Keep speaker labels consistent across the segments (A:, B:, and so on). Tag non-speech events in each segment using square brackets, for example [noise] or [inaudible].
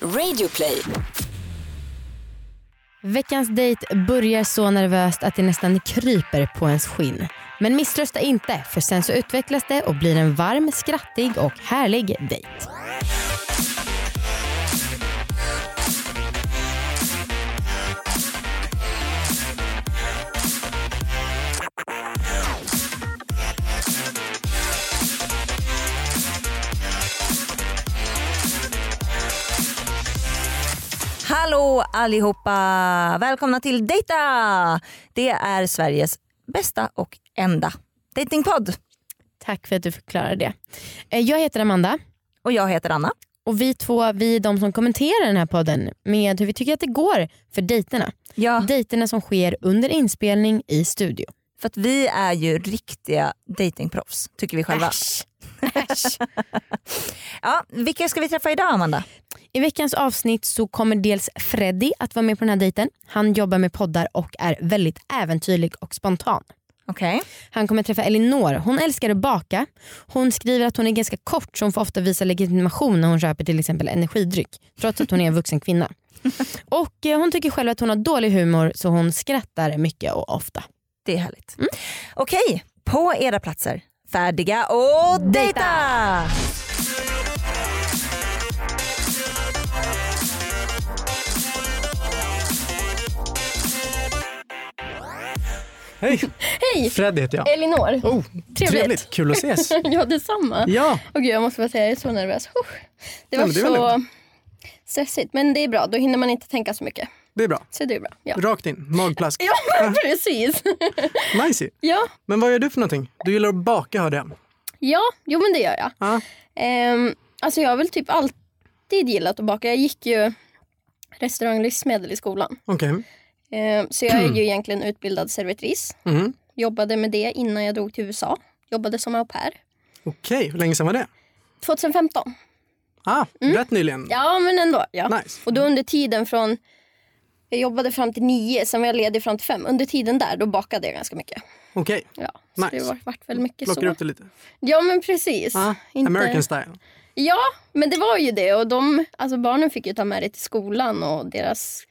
A: Radioplay.
B: Veckans dejt börjar så nervöst att det nästan kryper på ens skinn. Men misströsta inte, för sen så utvecklas det och blir en varm, skrattig och härlig dejt.
C: Hallå allihopa! Välkomna till Dejta! Det är Sveriges bästa och enda dejtingpodd.
B: Tack för att du förklarade det. Eh, Jag heter Amanda
C: Och jag heter Anna.
B: och vi två vi är de som kommenterar den här podden med hur vi tycker att det går för dejterna.
C: Ja.
B: Dejterna som sker under inspelning i studio.
C: För att vi är ju riktiga dejtingproffs tycker vi själva.
B: Äsch. Äsch.
C: Ja, vilka ska vi träffa idag Amanda?
B: I veckans avsnitt så kommer dels Freddy att vara med på den här dejten. Han jobbar med poddar och är väldigt äventyrlig och spontan.
C: Okej.
B: Han kommer träffa Elinor. Hon älskar att baka. Hon skriver att hon är ganska kort så hon får ofta visa legitimation när hon köper till exempel energidryck trots att hon är en vuxen kvinna. Och eh, Hon tycker själv att hon har dålig humor så hon skrattar mycket och ofta.
C: Det är härligt. Okej, på era platser. Färdiga och dejta!
D: Hej!
E: Hej!
D: Fred heter jag.
E: Elinor.
D: Oh,
E: Trevligt.
D: Kul att ses.
E: [laughs] Ja, detsamma.
D: Ja,
E: Och gud, jag måste bara säga, jag är så nervös. Oh, det
D: Nej,
E: var
D: men det är väl
E: så stressigt, men det är bra. Då hinner man inte tänka så mycket.
D: det är bra.
E: Så det är bra.
D: [laughs]
E: Ja,
D: Rakt in, magplask.
E: ja [laughs] precis.
D: Nice.
E: ja.
D: Men vad gör du för någonting? Du gillar att baka hörde jag. Ah,
E: ja, jo men det gör jag.
D: Ja.
E: Ehm, alltså jag har väl typ alltid gillat att baka. Jag gick ju restaurang och livsmedel i skolan.
D: Okej.
E: Ehm, så jag är ju egentligen utbildad servitris.
D: Mm.
E: Jobbade med det innan jag drog till USA. Jobbade som au pair.
D: Okej, hur länge sedan var det?
E: 2015.
D: Ah, rätt nyligen.
E: Mm. Ja, men ändå. Ja.
D: Nice.
E: Och då under tiden från... Jag jobbade fram till nio, sen var jag ledig fram till fem. Under tiden där, då bakade jag ganska mycket.
D: Okej,
E: Ja, så
D: Nice.
E: det var, vart väl mycket
D: plockar
E: så.
D: upp det lite.
E: Ja, men precis.
D: Ah,
E: Inte-
D: American style.
E: Ja, men det var ju det. Och de, alltså barnen fick ju ta med det till skolan och deras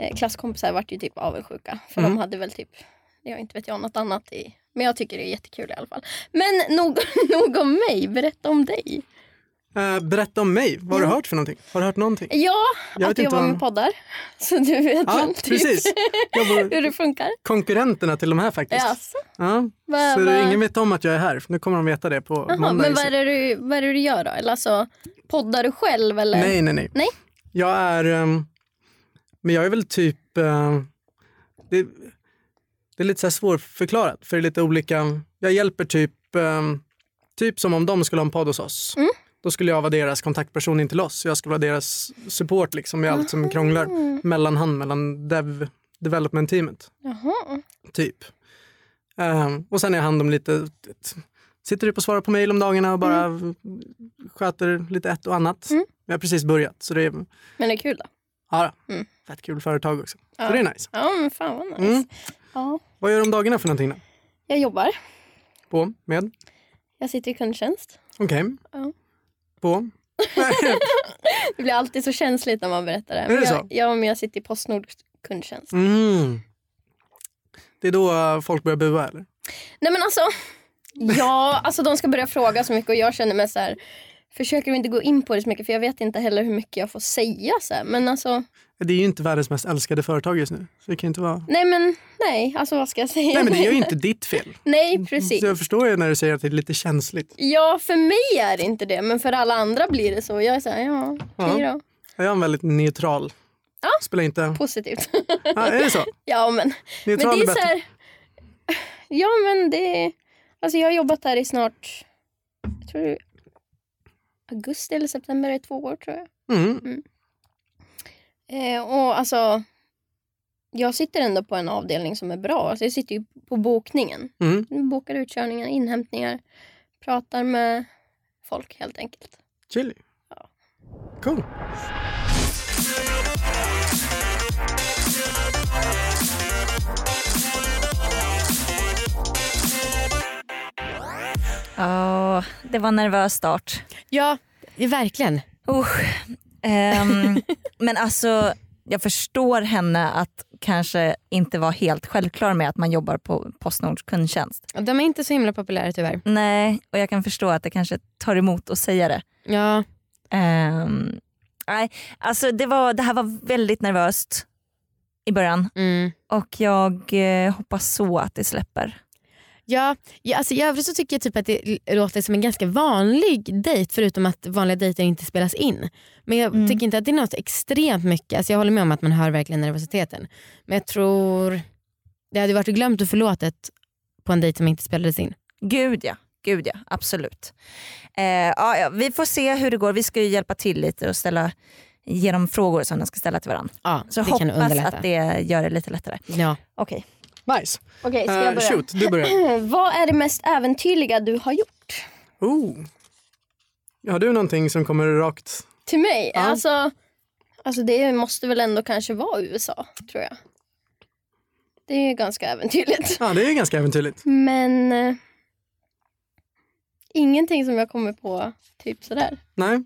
E: eh, klasskompisar vart ju typ avundsjuka. För
D: Mm.
E: de hade väl typ, jag inte vet jag, något annat i. Men jag tycker det är jättekul i alla fall. Men nog, [laughs] nog om mig, berätta om dig.
D: Eh, berätta om mig, vad har du
E: Mm.
D: hört för någonting? Har du hört någonting?
E: Ja,
D: Jag vet
E: att
D: inte
E: du jobbar
D: vad-
E: med poddar. [laughs] Så du vet
D: Ja,
E: väl typ
D: precis. Jag
E: [laughs] hur
D: var
E: det funkar.
D: konkurrenterna till de här faktiskt.
E: Jaså?
D: Ja.
E: Va-
D: Så
E: va-
D: ingen vet om att jag är här. Nu kommer de veta det på
E: Jaha,
D: måndag.
E: men vad är, det du, vad är det du gör då? Eller alltså, poddar du själv eller?
D: Nej, nej, nej.
E: Nej?
D: Jag är... ehm, men jag är väl typ... ehm, det, det är lite så här svårförklarat, för det är lite olika... Jag hjälper typ... ehm, typ som om de skulle ha en podd hos oss.
E: Mm.
D: Då skulle jag vara deras kontaktperson in till oss. Jag skulle vara deras support liksom i allt
E: Ah.
D: som krånglar. Mellanhand mellan dev, development-teamet,
E: Jaha.
D: typ. Ehm, och sen är jag hand om lite... Sitter upp och svarar på mejl om dagarna och bara
E: Mm.
D: sköter lite ett och annat. Jag har precis börjat, så det är
E: Men det är kul då?
D: Ja, då.
E: Mm.
D: fett kul företag också. Så det är nice.
E: Ja, men fan vad nice.
D: Mm.
E: Ja.
D: Vad gör du om dagarna för någonting då?
E: Jag jobbar.
D: På? Med?
E: Jag sitter i kundtjänst.
D: Okej.
E: Ja. [laughs]
D: På?
E: Det blir alltid så känsligt när man berättar det.
D: det
E: Men
D: så?
E: jag, ja, men jag sitter i Postnord kundtjänst.
D: Mm. Det är då eh, folk börjar bua eller?
E: Nej men alltså. Ja, alltså de ska börja fråga så mycket och jag känner mig så här. Försöker inte gå in på det så mycket för jag vet inte heller hur mycket jag får säga. Så här. Men alltså,
D: Det är ju inte världens mest älskade företag just nu. Så det kan ju inte
E: [laughs]
D: vara...
E: nej men nej. Alltså vad ska jag säga?
D: Nej men det är ju inte ditt fel.
E: [laughs] Nej, precis.
D: Så jag förstår ju när du säger att det är lite känsligt.
E: Ja, för mig är det inte det, men för alla andra blir det så. Jag är så här, ja, okej
D: Ja.
E: då.
D: Jag är en väldigt neutral.
E: Ja.
D: Spelar
E: [laughs]
D: inte...
E: Positivt.
D: Ja, är det så?
E: ja, men, men det
D: Neutral är
E: är så
D: bättre.
E: här... [laughs] Ja, men det... Alltså jag har jobbat här i snart... Jag tror det är augusti eller september, i två år tror jag.
D: Mm.
E: Eh, och alltså... Jag sitter ändå på en avdelning som är bra. Alltså jag sitter ju på bokningen.
D: Mm.
E: Bokar utkörningar, inhämtningar. Pratar med folk helt enkelt.
D: Chili. Cool.
C: Ja, det var en nervös start.
B: Ja, verkligen.
C: Usch. Ehm, men alltså jag förstår henne att kanske inte vara helt självklar med att man jobbar på Postnords kundtjänst.
B: Och De är inte så himla populära tyvärr.
C: Nej, och jag kan förstå att det kanske tar emot att säga det.
B: Ja,
C: Ehm, nej, alltså det, var, det här var väldigt nervöst i början
B: mm.
C: och jag eh, hoppas så att det släpper.
B: ja, ja alltså, i övrigt så tycker jag typ att det l- låter som en ganska vanlig dejt förutom att vanliga dejter inte spelas in. Men jag
C: Mm.
B: tycker inte att det är något extremt mycket. Alltså, jag håller med om att man hör verkligen nervositeten. Men jag tror det hade varit glömt och förlåtet på en dejt som inte spelades in.
C: Gud ja, gud ja, absolut. Eh, ja, ja, vi får se hur det går. Vi ska ju hjälpa till lite och ställa, ge dem frågor som de ska ställa till varandra.
B: Ja,
C: Så
B: det kan
C: hoppas
B: underlätta.
C: att det gör det lite lättare.
B: Ja.
C: Okej.
D: Nice.
E: Okej, ska jag
D: Uh,
E: börja?
D: shoot, du börjar.
E: [laughs] [clears throat] Vad är det mest äventyrliga du har gjort?
D: Oh. Har du någonting som kommer rakt?
E: Till mig? Alltså, alltså det måste väl ändå kanske vara USA, tror jag. Det är ju ganska äventyrligt. [laughs]
D: Ja, det är ganska äventyrligt.
E: Men eh, ingenting som jag kommer på typ sådär.
D: Nej,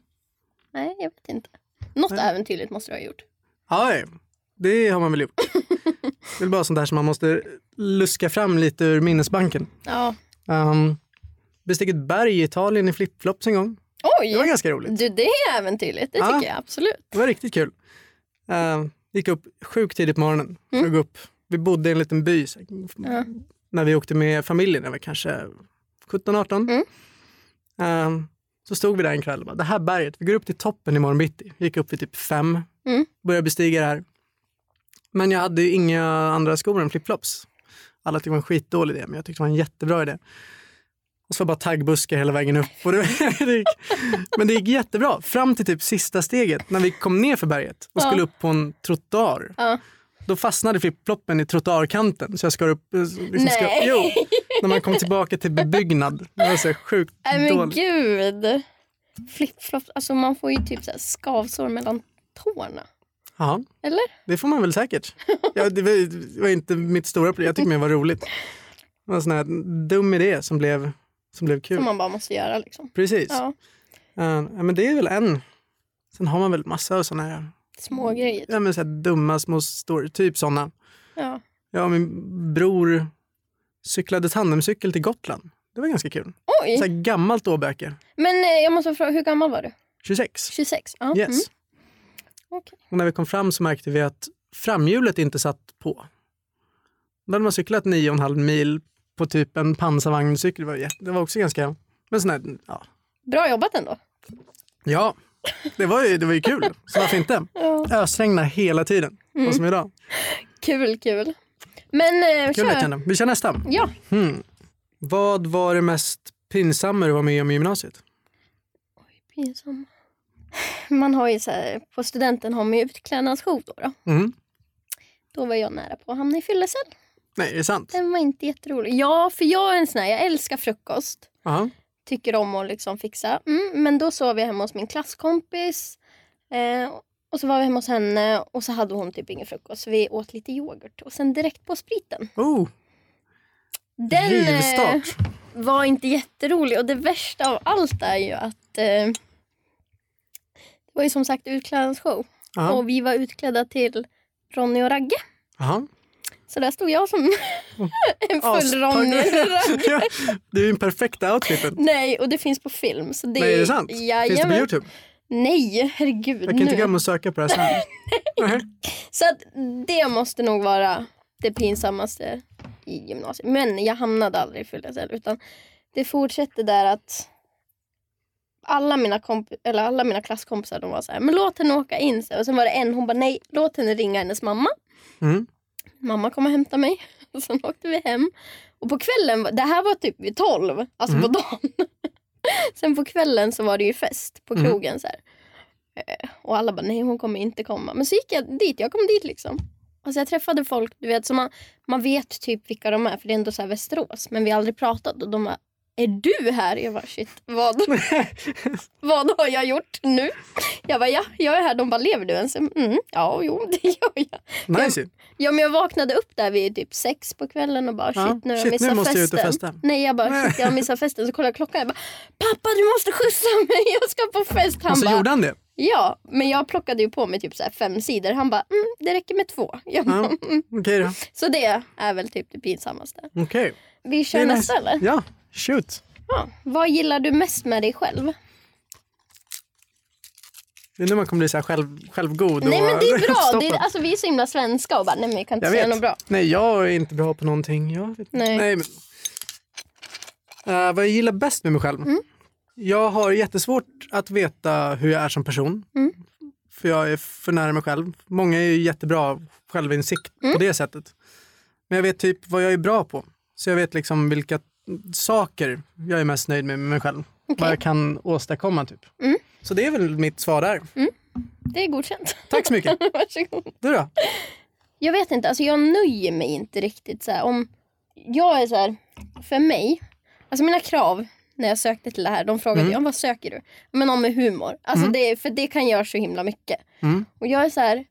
E: Nej, jag vet inte. Något
D: Nej.
E: äventyrligt måste du ha gjort.
D: Aj, det har man väl
E: [laughs]
D: gjort. Det är väl bara sånt där som man måste luska fram lite ur minnesbanken.
E: Ja.
D: Um, bestick ett berg i Italien i flipflops en gång. Det var
E: Oj!
D: ganska roligt.
E: Du, det är äventyrligt. Det
D: Ja.
E: tycker jag absolut.
D: Det var riktigt kul. Uh, gick upp sjukt tidigt på morgonen. För att gå upp. Vi bodde i en liten by så,
E: Ja.
D: när vi åkte med familjen. Jag var kanske 17-18.
E: Mm.
D: Ehm, så stod vi där en kväll och bara, det här berget, vi går upp till toppen imorgon bitti. Gick upp vid typ fem,
E: Mm.
D: började bestiga det här. Men jag hade ju inga andra skor än flipflops. Alla tyckte det var en skitdålig idé, men jag tyckte det var en jättebra idé. Och så var det bara taggbuskar hela vägen upp. Och det, [laughs] det gick, men det gick jättebra, fram till typ sista steget när vi kom ner för berget och
E: Ja.
D: skulle upp på en trottoar.
E: Ja.
D: Då fastnade flipfloppen i trottoarkanten så jag skar upp... eh, Liksom skar,
E: Nej.
D: jo, när man kom tillbaka till bebyggnad. Det var så här sjukt
E: [laughs] Nej men
D: dåligt.
E: gud. Flipflops, alltså man får ju typ så här skavsår mellan tårna.
D: Ja,
E: Eller?
D: det får man väl säkert. Ja, det, var, det var inte mitt stora problem, jag tyckte mer det var roligt. Det var en sån här dum idé som blev, som blev kul.
E: Som man bara måste göra liksom.
D: Precis.
E: Ja,
D: Eh, ja, men det är väl en. Sen har man väl massa av såna här,
E: små
D: Mm.
E: grejer.
D: ja, men så här dumma små stories, typ såna.
E: Ja.
D: Jag och min bror cyklade tandemcykel till Gotland. Det var ganska kul. Så
E: Oj!
D: här gammalt åbäke,
E: Men eh, jag måste fråga, hur gammal var du?
D: 26.
E: 26? Ja.
D: Yes.
E: Mm. Okej.
D: Och när vi kom fram så märkte vi att framhjulet inte satt på. Då hade man cyklat nio och en halv mil på typ en pansarvagnscykel. Det var, jätte- det var också ganska... Men sån här, ja.
E: Bra jobbat ändå.
D: ja, det var ju, det var ju kul. Så varför inte?
E: Ja.
D: Ösregna hela tiden.
E: Mm.
D: Och som idag.
E: Kul, kul. Men eh,
D: Kul att
E: kör.
D: känna. Vi kör nästa.
E: Ja.
D: Hmm. Vad var det mest pinsamma du var med om i gymnasiet?
E: Pinsam. Man har ju så här, på studenten har man ju utklädnadsshow då, då.
D: Mm.
E: Då var jag nära på att hamna i fyllecell.
D: Nej, är det sant?
E: Den var inte jätterolig. Ja, för jag är en sån här, jag älskar frukost.
D: Ja.
E: Tycker om att liksom fixa. Mm, men då sov jag hemma hos min klasskompis. Eh, och så var vi hemma hos henne och så hade hon typ ingen frukost. Så vi åt lite yoghurt och sen direkt på spriten.
D: Oh,
E: Den eh,
D: rivstart.
E: var inte jätterolig och det värsta av allt är ju att eh, det var ju som sagt utklädnadsshow.
D: Ja.
E: eh, Och vi var utklädda till Ronny och Ragge.
D: Aha.
E: Så där stod jag som [laughs] en full Ronny och Ragge.
D: [laughs] Ja, Det är ju den perfekta outfiten.
E: Nej, och det finns på film. Så det,
D: Nej, är det sant? Finns det på
E: Jajamän.
D: Youtube?
E: Nej, herregud.
D: Jag kan inte
E: nu.
D: glömma att söka på det här
E: [laughs]
D: sen. Nej.
E: Så att det måste nog vara det pinsammaste i gymnasiet. Men jag hamnade aldrig i fyllecell utan det fortsatte där att alla mina, komp- eller alla mina klasskompisar de var så här, men låt henne åka in. Så här. Och sen var det en, hon bara nej, låt henne ringa hennes mamma. [laughs]
D: Mm.
E: Mamma kom och hämtade mig. [laughs] Och sen åkte vi hem. Och på kvällen, var- det här var typ vid tolv, alltså på
D: Mm.
E: dagen. [laughs] sen på kvällen så var det ju fest på
D: Mm.
E: krogen så här. Eh, Och alla bara nej hon kommer inte komma. Men så gick jag dit, jag kom dit liksom. Alltså jag träffade folk, du vet, så man, man vet typ vilka de är för det är ändå så här Västerås. Men vi har aldrig pratat och de bara är du här? Jag bara shit, vad, [laughs] vad har jag gjort nu? Jag bara ja, jag är här. De bara lever du ens? Mm, ja, jo det gör jag.
D: Nice ju.
E: Ja men jag vaknade upp där vid typ sex på kvällen och bara shit
D: Ja,
E: nu har jag
D: shit,
E: missat
D: nu måste jag ut och
E: festen.
D: festa.
E: Nej jag bara shit jag har missat festen. Så kollar jag klockan jag bara pappa du måste skjutsa mig [laughs] jag ska på fest. Han
D: Och så
E: bara
D: gjorde han det.
E: Ja, men jag plockade ju på mig typ så här fem sidor. Han bara, mm, det räcker med två. [laughs] Jag bara,
D: Ja, Okej då.
E: Så det är väl typ det pinsammaste.
D: Okej.
E: Vi
D: Det
E: kör
D: är
E: nästa
D: nice.
E: eller?
D: Ja, shoot.
E: Ja. Vad gillar du mest med dig själv?
D: Det är nu man kommer bli så här själv, självgod.
E: Nej
D: och
E: men det är bra. Det är,
D: uppstoppad.
E: alltså, vi är så himla svenska och bara, nej men jag kan inte
D: Jag
E: säga
D: vet.
E: något bra.
D: Nej, jag är inte bra på någonting. Jag vet.
E: Nej.
D: men. Eh, vad jag gillar bäst med mig själv?
E: Mm.
D: Jag har jättesvårt att veta hur jag är som person.
E: Mm.
D: För jag är för nära mig själv. Många är ju jättebra självinsikt
E: Mm.
D: på det sättet. Men jag vet typ vad jag är bra på. Så jag vet liksom vilka saker jag är mest nöjd med med mig själv. Vad jag kan åstadkomma typ.
E: Mm.
D: Så det är väl mitt svar där.
E: Det är godkänt. [laughs]
D: Tack så mycket.
E: Varsågod.
D: Du då?
E: Jag vet inte, alltså jag nöjer mig inte riktigt så här om... Jag är så här, för mig, alltså mina krav när jag sökte till det här, de frågade
D: Mm.
E: ju om vad söker du? Men om med humor. Alltså det, för det kan göra så himla mycket.
D: Mm.
E: Och jag är så här,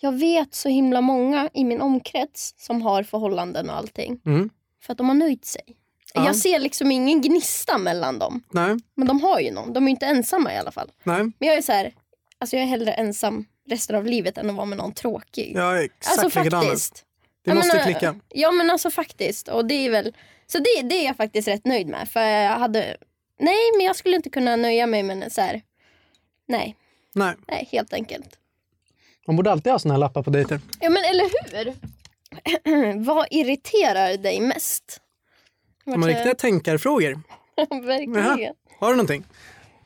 E: jag vet så himla många i min omkrets som har förhållanden och allting.
D: Mm.
E: För att de har nöjt sig.
D: Ja.
E: Jag ser liksom ingen gnista mellan dem.
D: Nej,
E: Men de har ju någon, de är ju inte ensamma i alla fall.
D: nej.
E: Men jag är så här, alltså jag är hellre ensam resten av livet än att vara med någon tråkig.
D: Jag är exakt
E: alltså
D: likadan.
E: faktiskt.
D: Det
E: Jag
D: måste
E: menar,
D: klicka.
E: Ja men alltså faktiskt. Och det är väl, så det, det är jag faktiskt rätt nöjd med. För jag hade, nej men jag skulle inte kunna nöja mig med så här. Nej,
D: Nej.
E: nej helt enkelt.
D: Man borde alltid ha såna här lappar på dejter.
E: Ja men eller hur? [clears throat] Vad irriterar dig mest? Vart
D: De har
E: jag-
D: riktiga tänkarfrågor.
E: [laughs] Verkligen.
D: Har du någonting?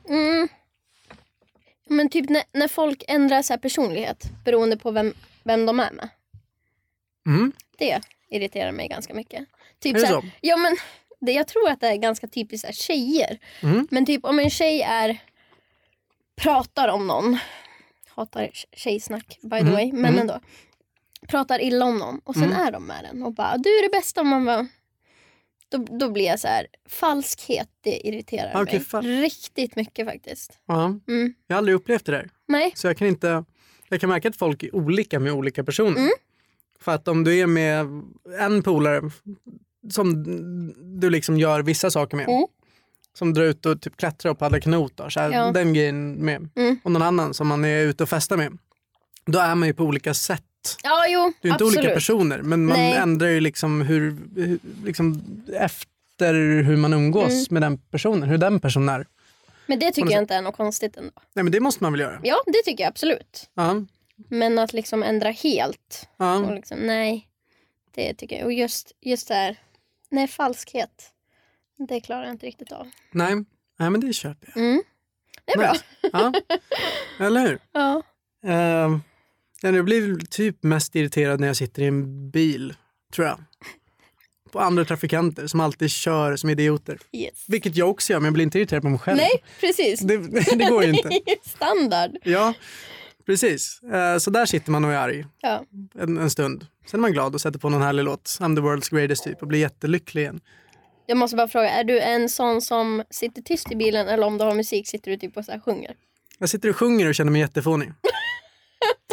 E: Mm. Men typ när, när folk ändrar så här personlighet beroende på vem, vem de är med.
D: Mm.
E: Det irriterar mig ganska mycket. Typ
D: Är det
E: så? här-
D: så?
E: Ja, men det, jag tror att det är ganska typiskt så här, tjejer.
D: Mm.
E: Men typ om en tjej är pratar om någon, hatar tj- tjejsnack by the
D: Mm.
E: way, men
D: Mm.
E: ändå. Pratar illa om någon och sen
D: Mm.
E: är de med den och bara du är det bästa om man var... Då, då blir jag så här, falskhet det irriterar
D: Ah, Okej,
E: mig
D: fal-
E: riktigt mycket faktiskt.
D: Ja.
E: Mm.
D: Jag har aldrig upplevt det där.
E: Nej,
D: Så jag kan inte... Jag kan märka att folk är olika med olika personer.
E: Mm.
D: För att om du är med en polare som du liksom gör vissa saker med.
E: Mm.
D: Som drar ut och typ klättrar och paddlar kanot. Då, så här,
E: Ja.
D: Den grejen med.
E: Mm.
D: Och någon annan som man är ute och festar med. Då är man ju på olika sätt.
E: ja jo
D: Det är ju inte
E: absolut.
D: olika personer men man
E: Nej.
D: ändrar ju liksom hur, hur liksom efter hur man umgås
E: Mm.
D: med den personen, hur den personen är.
E: Men det tycker
D: På något
E: jag inte är något konstigt ändå.
D: Nej men det måste man väl göra?
E: Ja det tycker jag absolut.
D: Ja.
E: Men att liksom ändra helt
D: ja.
E: Och liksom, nej, det tycker jag. Och just, just det här, nej falskhet. Det klarar jag inte riktigt av.
D: Nej. Nej men det köper jag.
E: Mm. Det är bra.
D: Nice. Ja. Eller hur?
E: Ja.
D: Uh, jag blir väl typ mest irriterad när jag sitter i en bil, tror jag. På andra trafikanter som alltid kör som idioter.
E: Yes.
D: Vilket jag också gör men jag blir inte irriterad på mig själv.
E: Nej, precis.
D: Det, [laughs] det går ju
E: [laughs]
D: inte.
E: Standard.
D: Ja, precis. Eh, Så där sitter man och är arg
E: Ja.
D: en, en stund. Sen är man glad och sätter på någon härlig låt, I'm the world's greatest typ, och blir jättelycklig igen.
E: Jag måste bara fråga, är du en sån som sitter tyst i bilen eller om du har musik sitter du typ och så här sjunger?
D: Jag sitter och sjunger och känner mig jättefånig.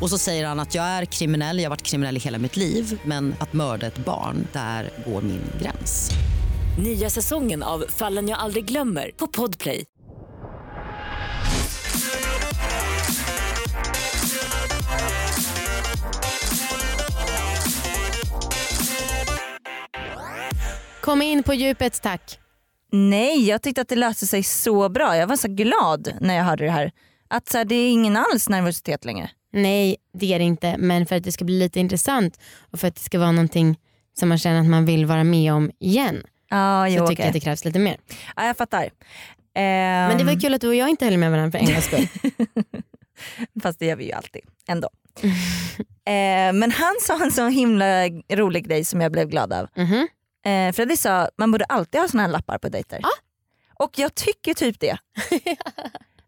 F: Och så säger han att jag är kriminell, jag har varit kriminell i hela mitt liv men att mörda ett barn, där går min gräns.
A: Nya säsongen av Fallen jag aldrig glömmer på Podplay.
B: Kom in på djupet tack.
C: Nej, jag tyckte att det löste sig så bra. Jag var så glad när jag hörde det här. Att så här, det är ingen alls nervositet längre.
B: Nej det är det inte men för att det ska bli lite intressant och för att det ska vara någonting som man känner att man vill vara med om igen
C: Ja, jo,
B: så tycker jag
C: okej.
B: att det krävs lite mer.
C: ja, jag fattar.
B: Men det var
C: Ehm,
B: kul att du och jag inte höll med varandra
C: [laughs]
B: för en gångs skull.
C: Fast det gör vi ju alltid
B: [laughs]
C: ändå. eh, men han sa en så himla rolig grej som jag blev glad av.
B: Mhm.
C: Eh, Freddy sa man borde alltid ha såna här lappar på dejter.
B: [laughs]
C: Och jag tycker typ det.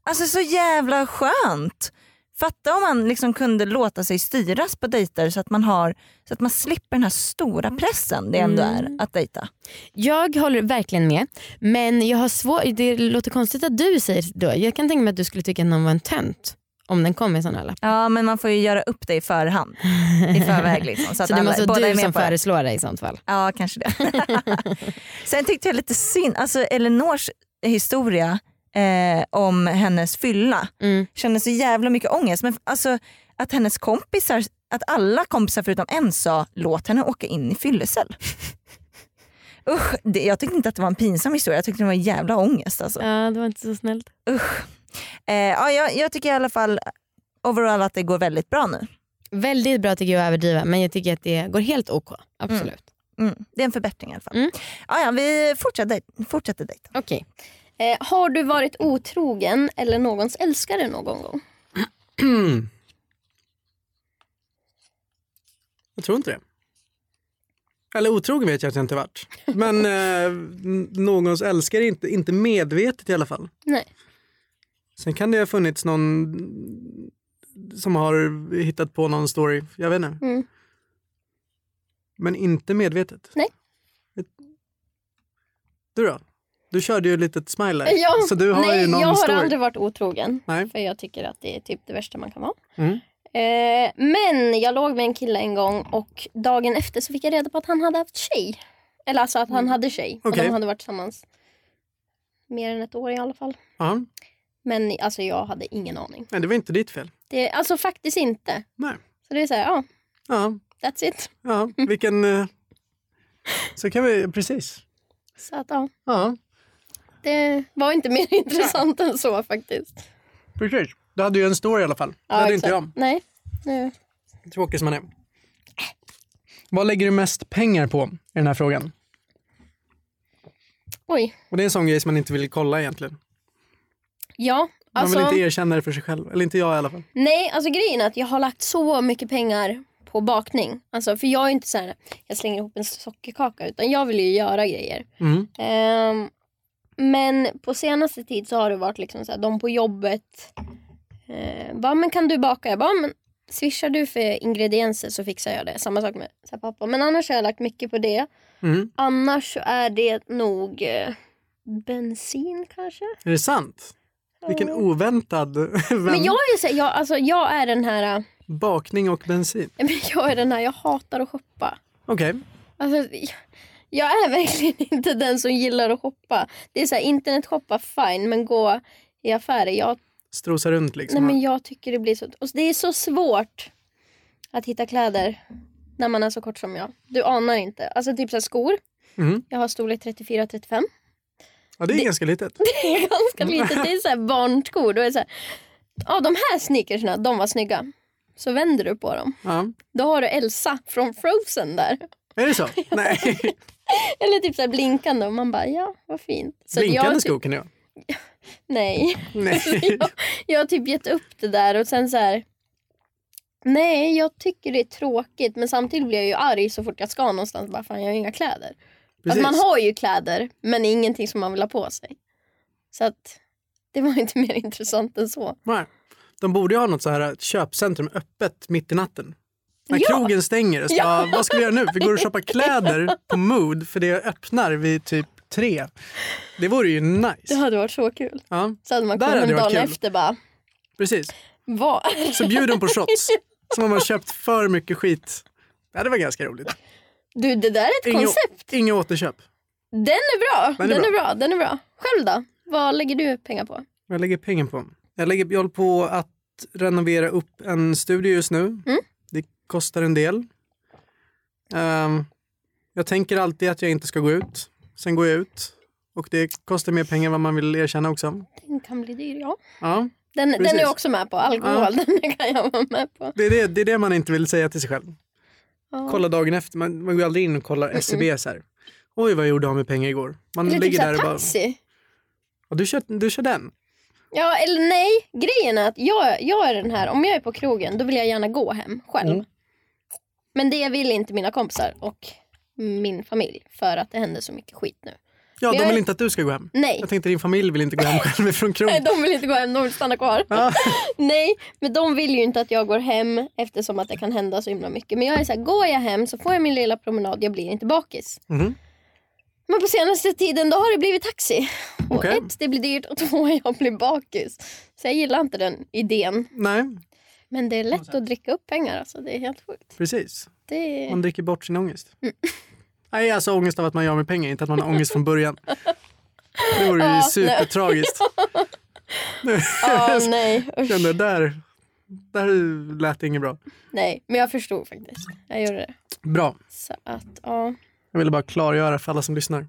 C: alltså så jävla skönt. Fatta om man liksom kunde låta sig styras på dejter så att man, har, så att man slipper den här
B: Mm.
C: stora pressen det ändå är att dejta.
B: Jag håller verkligen med. Men jag har svårt, det låter konstigt att du säger då. Jag kan tänka mig att du skulle tycka att någon var en tönt om den kom med sådana lappar.
C: Ja men man får ju göra upp det i förhand. I förväg liksom. Så, att
B: [laughs] Så det
C: alla-
B: måste
C: båda
B: vara
C: är
B: du
C: med
B: som
C: på det.
B: föreslår det i sånt fall.
C: Ja, kanske det. [laughs] Sen tyckte jag lite synd, alltså Elinors historia eh, om hennes fylla
B: Mm.
C: kände så jävla mycket ångest. Men alltså att hennes kompisar, att alla kompisar förutom en sa låt henne åka in i
B: [laughs]
C: fyllecell. Usch, det, jag tyckte inte att det var en pinsam historia, jag tyckte det var en jävla ångest alltså.
B: Ja, det var inte så snällt.
C: Eh, ja, jag, jag tycker i alla fall overall att det går väldigt bra nu.
B: Väldigt bra tycker jag att överdriva men jag tycker att det går helt OK. Absolut.
C: Mm, det är en förbättring i alla fall.
B: Mm.
C: Ja, ja, vi fortsätter, fortsätter dejta.
B: Okej.
E: Eh, har du varit otrogen eller någons älskare någon gång?
D: Jag tror inte det. Eller otrogen vet jag att jag inte varit. Men eh, n- någons älskare är inte, inte medvetet i alla fall.
E: Nej.
D: Sen kan det ha funnits någon som har hittat på någon story. Jag vet inte.
E: Mm.
D: Men inte medvetet.
E: Nej.
D: Du då? Du körde ju ett litet smile där.
E: Jag,
D: Så du har
E: nej,
D: ju någon
E: jag har
D: story.
E: aldrig varit otrogen.
D: Nej.
E: För jag tycker att det är typ det värsta man kan vara.
D: Mm.
E: Eh, men jag låg med en kille en gång och dagen efter så fick jag reda på att han hade haft tjej. Eller alltså att han hade tjej. Och
D: Okej.
E: de hade varit tillsammans mer än ett år i alla fall.
D: Ja,
E: Men alltså jag hade ingen aning.
D: Nej, det var inte ditt fel.
E: Det, alltså faktiskt inte.
D: Nej.
E: Så det är så här, ja,
D: Ja,
E: that's it.
D: ja vilken... eh, Så kan vi... Precis.
E: Så att ja,
D: Ja,
E: det var inte mer [laughs] intressant än så faktiskt.
D: precis. Du hade ju en story i alla fall.
E: Ja,
D: det hade
E: exakt.
D: inte jag.
E: Nej. Nu.
D: Tråkig som man är. Vad lägger du mest pengar på i den här frågan?
E: Oj.
D: Och det är en sån grej som man inte vill kolla egentligen.
E: Ja,
D: Man
E: alltså.
D: vill inte erkänna det för sig själv. Eller inte jag i alla fall.
E: Nej, alltså grejen är att jag har lagt så mycket pengar på bakning. Alltså, för jag är inte så här, jag slänger ihop en sockerkaka utan jag vill ju göra grejer.
D: Mm.
E: Ehm, men på senaste tid så har det varit liksom så här, de på jobbet. Eh, bara, men kan du baka? Jag bara, men swishar du för ingredienser så fixar jag det. Samma sak med så här, pappa. Men annars har jag lagt mycket på det.
D: Mm.
E: Annars så är det nog eh, bensin kanske.
D: Är det sant? Vilken
E: Ja.
D: oväntad [laughs] vän.
E: Men jag är, så här, jag, alltså, jag är den här eh,
D: Bakning och bensin.
E: Men jag är den här, jag hatar att shoppa.
D: Okej.
E: Alltså, jag- jag är verkligen [laughs] inte den som gillar att shoppa. Det är så här, internetshoppa fine, men gå i affärer. Jag,
D: Strosa runt
E: nej,
D: liksom.
E: men jag tycker det blir så... Och det är så svårt att hitta kläder när man är så kort som jag. Du anar inte. Alltså typ så här, skor.
D: Mm.
E: Jag har storlek 34-35.
D: Ja, det är ganska litet.
E: [laughs] Det är ganska litet. Det är så här barnskor. Då är det så här, ja, de här sneakersna, de var snygga. Så vänder du på dem.
D: Ja.
E: Då har du Elsa från Frozen där.
D: Är det så?
E: [laughs]
D: Nej.
E: Eller typ så här blinkande och man bara ja, vad fint. Så att
D: Blinkande
E: jag, typ-
D: skor kan det
E: [laughs]
D: vara.
E: Nej.
D: Nej.
E: jag, jag har typ gett upp det där och sen så här. Nej, jag tycker det är tråkigt men samtidigt blir jag ju arg så fort jag ska någonstans. Bara fan, jag har ju inga kläder. Att
D: Precis.
E: man har ju kläder men ingenting som man vill ha på sig. Så att det var [laughs] inte mer intressant än så.
D: Nej. De borde ju ha något så här eh, köpcentrum öppet mitt i natten. När
E: Ja.
D: krogen stänger. Så, "Ah,
E: Ja.
D: Vad ska vi göra nu? Vi går och shoppar kläder på Mood för det öppnar vid typ tre. Det vore ju
E: Det
D: nice.
E: hade varit så kul.
D: Ja,
E: Så hade man
D: Där hade
E: kommit hem
D: det varit
E: dagen
D: kul.
E: efter bara.
D: precis.
E: Vad?
D: Så bjud dem på shots. Som om man köpt för mycket skit. Det hade varit ganska roligt.
E: [laughs] Du, det där är ett
D: Inga,
E: koncept.
D: inga återköp.
E: Den är bra.
D: Den är
E: Den är bra. Den är bra. Själv då? Vad lägger du pengar på?
D: Vad jag lägger pengar på? Jag, lägger, jag håller på att renovera upp en studio just nu.
E: Mm.
D: Det kostar en del. Ehm, jag tänker alltid att jag inte ska gå ut. Sen går jag ut. Och det kostar mer pengar än vad man vill erkänna också.
E: Den kan bli dyr, ja.
D: Ja,
E: Den, den är
D: Precis.
E: jag också med på. Alkohol, [laughs] den kan jag vara med på.
D: det, är det, det är det man inte vill säga till sig själv.
E: Ja.
D: Kolla dagen efter. Man, man går aldrig in och kollar SCB så här. Oj, vad jag gjorde av med pengar igår. Man
E: Eller typ
D: ligger där
E: såhär
D: och bara...
E: taxi.
D: Ja, du, kör, du kör den.
E: Ja, eller nej. Grejen är att jag, jag är den här, om jag är på krogen då vill jag gärna gå hem själv.
D: Mm.
E: Men det vill inte mina kompisar och min familj för att det händer så mycket skit nu.
D: Ja,
E: Men
D: de
E: jag-
D: vill inte att du ska gå hem.
E: Nej,
D: Jag tänkte din familj vill inte gå hem själv från
E: Nej,
D: krogen.
E: de vill inte gå hem, de vill stanna kvar.
D: Ja.
E: [laughs] Nej, men de vill ju inte att jag går hem eftersom att det kan hända så himla mycket. Men jag är så här, går jag hem så får jag min lilla promenad, jag blir inte bakis.
D: Mhm.
E: Men på senaste tiden då har det blivit taxi. Och
D: Okej.
E: ett, det blir dyrt och två, jag blir bakis. Så jag gillar inte den idén.
D: Nej,
E: Men det är lätt att dricka upp pengar alltså, det är helt sjukt.
D: precis.
E: Det är...
D: Man dricker bort sin ångest.
E: Mm.
D: Nej, alltså ångest av att man gör med pengar, inte att man har ångest från början. Det vore ju
E: Ja, nej.
D: supertragiskt.
E: Ja, nej. usch.
D: Kände, där, där lät det inget bra.
E: nej. Men jag förstod faktiskt. Jag gjorde det.
D: Bra.
E: Så att, ja.
D: Jag ville bara klargöra för alla som lyssnar.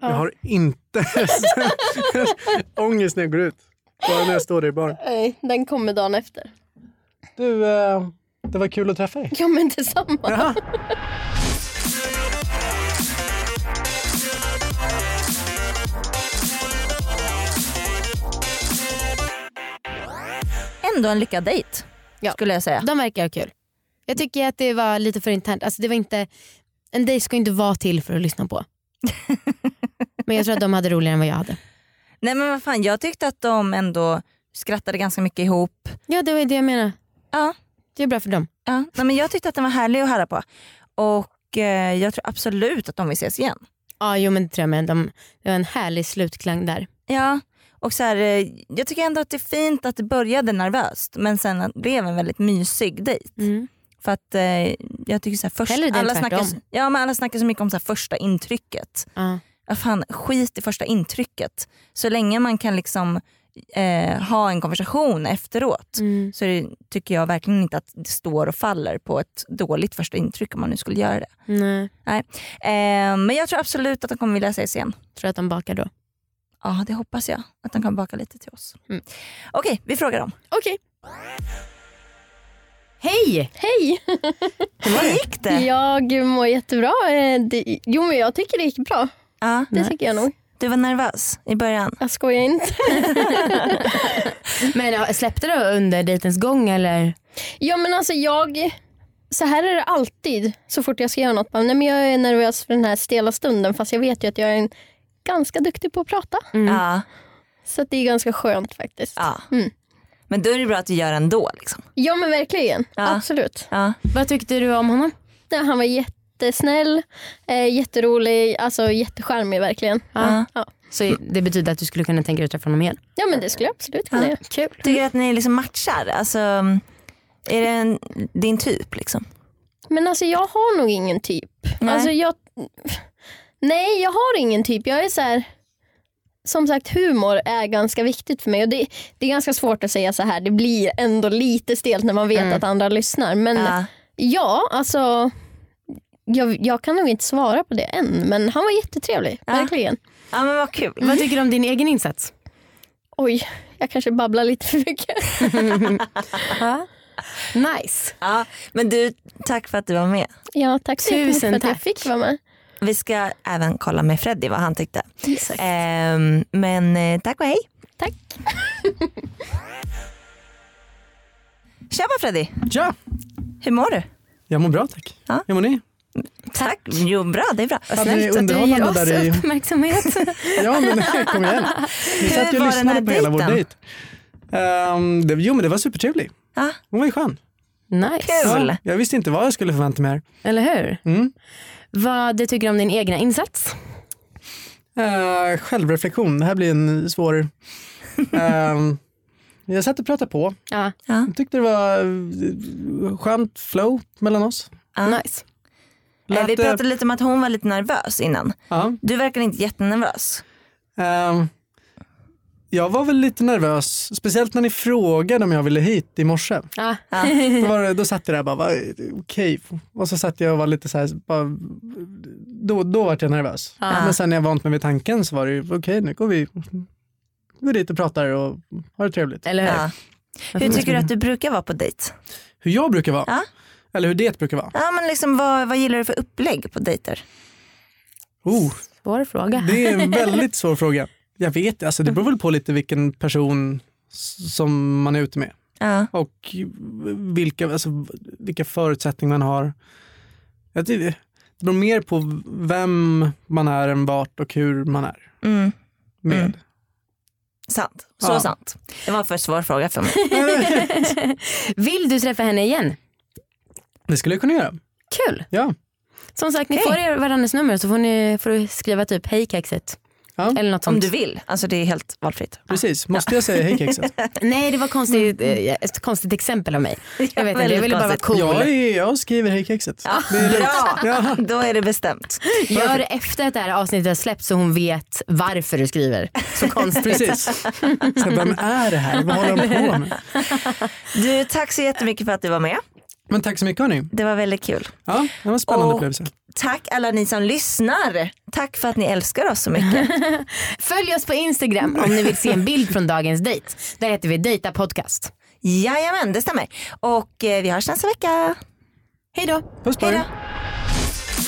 D: Jag
E: Ja.
D: har inte [laughs] ångest när jag går ut. Bara när jag står där i baren.
E: Nej, den kommer dagen efter.
D: Du, eh, det var kul att träffa dig.
E: Ja, men detsamma.
D: Jaha.
C: Ändå en lyckad dejt
B: Ja.
C: skulle jag säga.
B: De verkar ha kul. Jag tycker att det var lite för internt. Alltså det var inte, en dejt ska inte vara till för att
C: [laughs]
B: lyssna på. Men jag tror att de hade roligare än vad jag hade.
C: Nej men vad fan, jag tyckte att de ändå skrattade ganska mycket ihop.
B: Ja det var det jag menade.
C: Ja.
B: Det är bra för dem.
C: Ja. Nej, men jag tyckte att den var härlig att höra på. Och eh, jag tror absolut att de vill ses igen.
B: Ja jo men det tror jag med. De, det var en härlig slutklang där.
C: Ja. Och så här, eh, jag tycker ändå att det är fint att det började nervöst men sen att det blev en väldigt mysig dejt.
B: Mm.
C: För att eh, jag tycker så här, först,
B: Hellre det än
C: alla, snackar,
B: tvärtom.
C: ja, men alla snackar så mycket om så här, första intrycket.
B: Ja.
C: Ja, fan, skit i första intrycket. Så länge man kan liksom eh, ha en konversation efteråt
B: Mm.
C: så är det, tycker jag verkligen inte att det står och faller på ett dåligt första intryck om man nu skulle göra det.
B: Nej.
C: Eh, men jag tror absolut att de kommer vilja ses igen.
B: Tror att de bakar då.
C: Ja, det hoppas jag. Att de kan baka lite till oss.
B: Mm.
C: Okej, vi frågar dem.
B: Okej. Hej!
E: Hej!
C: Hur gick det?
E: Jag mår jättebra. Eh, det- Jo, men jag tycker det gick bra.
C: Ja.
E: Det tycker jag nog.
C: Du var nervös i början.
E: Jag skojar inte.
B: Men ja, släppte du under dejtens gång eller?
E: Ja, men alltså jag... Så här är det alltid så fort jag ska göra något. Bara, Nej, men jag är nervös för den här stela stunden fast jag vet ju att jag är en, ganska duktig på att prata.
C: Ja.
E: Så att det är ganska skönt faktiskt. Ja,
C: Mm. ja.
E: Mm.
C: Men då är det bra att du gör ändå. Liksom.
E: men verkligen.
C: Ja.
E: Absolut.
C: Ja.
B: Vad tyckte du om honom?
E: Ja, han var jättesnäll, eh, jätterolig, alltså jättecharmig verkligen.
C: Ja.
B: Så det betyder att du skulle kunna tänka dig att träffa honom igen?
E: Ja, men det skulle jag absolut kunna
C: Ja.
E: göra. Kul.
C: Tycker du att ni liksom matchar? Alltså, är det en, din typ? Liksom?
E: Men alltså jag har nog ingen typ.
C: Nej.
E: Alltså jag... Nej, jag har ingen typ. Jag är så här... Som sagt, humor är ganska viktigt för mig. Och det, det är ganska svårt att säga så här. Det blir ändå lite stelt när man vet att andra lyssnar. Men Mm. ja,
C: Ja.
E: alltså... Jag, jag kan nog inte svara på det än, men han var jättetrevlig.
C: Ja.
E: Verkligen.
C: ja, men vad kul.
B: Vad tycker du om din egen insats?
E: Oj, jag kanske babblar lite för mycket.
B: Nice.
C: Ja, men du, tack för att du var med.
E: Ja, tack så mycket
B: Tusen
E: för att jag
B: tack.
E: fick vara med.
C: Vi ska även kolla med Freddy vad han tyckte.
E: Exakt.
C: Ehm, men eh, tack och hej. [laughs]
E: Tack.
C: Tjaba Freddy,
D: Tja!
C: hur mår du?
D: Jag mår bra tack.
C: Ja.
D: Hur mår ni?
C: Tack. Jo bra, det är bra.
D: Hade ni underhållande där i...
B: [laughs] uppmärksamhet.
D: Ja men [laughs] kom igen. Ni satt ju
C: var
D: och
C: den här
D: lyssnade på hela vår
C: dejten?
D: dejt. Ehm, det, jo men det var supertrevlig.
C: Ja, Eh,
D: Hon var ju skön.
B: nice.
C: Kul.
D: Ja, jag visste inte vad jag skulle förvänta mig här.
B: Eller hur?
D: Mm.
B: Vad du tycker om din egna insats?
D: Eh, självreflektion, det här blir en svår... Ehm, jag satt och pratade på.
B: Ja.
D: Jag tyckte det var eh, skönt flow mellan oss.
B: Nice.
C: eh, vi
D: Lät, eh,
C: pratade lite om att hon var lite nervös innan.
D: ja.
C: Du verkar inte jättenervös.
D: Ehm, jag var väl lite nervös, speciellt när ni frågade om jag ville hit i morse.
B: Ja. [laughs]
D: Då, var det, då satt jag där och bara, va, okej. Och så satt jag och var lite så här, bara, då, då var jag nervös. Men sen när jag vant mig vid tanken så var det ju, okej nu går vi går dit och pratar och har det trevligt.
B: Eller hur?
C: Ja. Hur tycker du att du brukar vara på dejt?
D: Hur jag brukar vara,
C: Ja.
D: eller hur det brukar vara.
C: Ja, men liksom, vad, vad gillar du för upplägg på dejter?
D: Oh,
B: Svår fråga.
D: det
B: [laughs]
D: är en väldigt svår fråga. Jag vet alltså det beror väl på lite vilken person s- som man är ute med.
C: Ja.
D: och vilka, alltså, vilka förutsättningar man har. Jag tycker, det beror mer på vem man är än vart och hur man är.
C: Mm.
D: med.
C: Mm. Sant. Så
D: Ja.
C: sant. Det var för svår fråga för mig.
B: Vill du träffa henne igen?
D: Det skulle jag kunna göra.
B: Kul.
D: Ja.
B: Som sagt, ni
C: Okej.
B: får er varandras nummer så får, ni, får du skriva typ hej kexet.
D: Ja.
B: Eller något sånt.
C: Om du vill. Alltså det är helt valfritt.
D: Precis, måste jag säga
C: [laughs]
D: hej kexet?
B: Nej det var konstigt, eh, ett konstigt exempel av mig. Jag vet inte, jag
C: Mm. väldigt
B: ville bara vara
C: konstigt.
B: cool.
D: Jag, är, jag skriver hej kexet.
C: Ja. Bra,
D: Ja.
C: då är det bestämt.
B: Gör det efter att det här avsnittet har släppts så hon vet varför du skriver. Så konstigt.
D: Precis. Så vem är det här? Vad håller de
C: [laughs]
D: på med?
C: Du, tack så jättemycket för att du var med.
D: Men tack så mycket hörni.
C: Det var väldigt kul.
D: Ja, det var en spännande
C: Och-
D: upplevelse.
C: Tack alla ni som lyssnar. Tack för att ni älskar oss så mycket.
B: Följ oss på Instagram om ni vill se en bild från dagens dejt. Där heter vi Dejta Podcast.
C: Jajamän, det stämmer. Och eh, vi hörs nästa vecka.
B: Hej då!
D: Puss på
C: Hej
D: er.
C: då.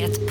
A: Ett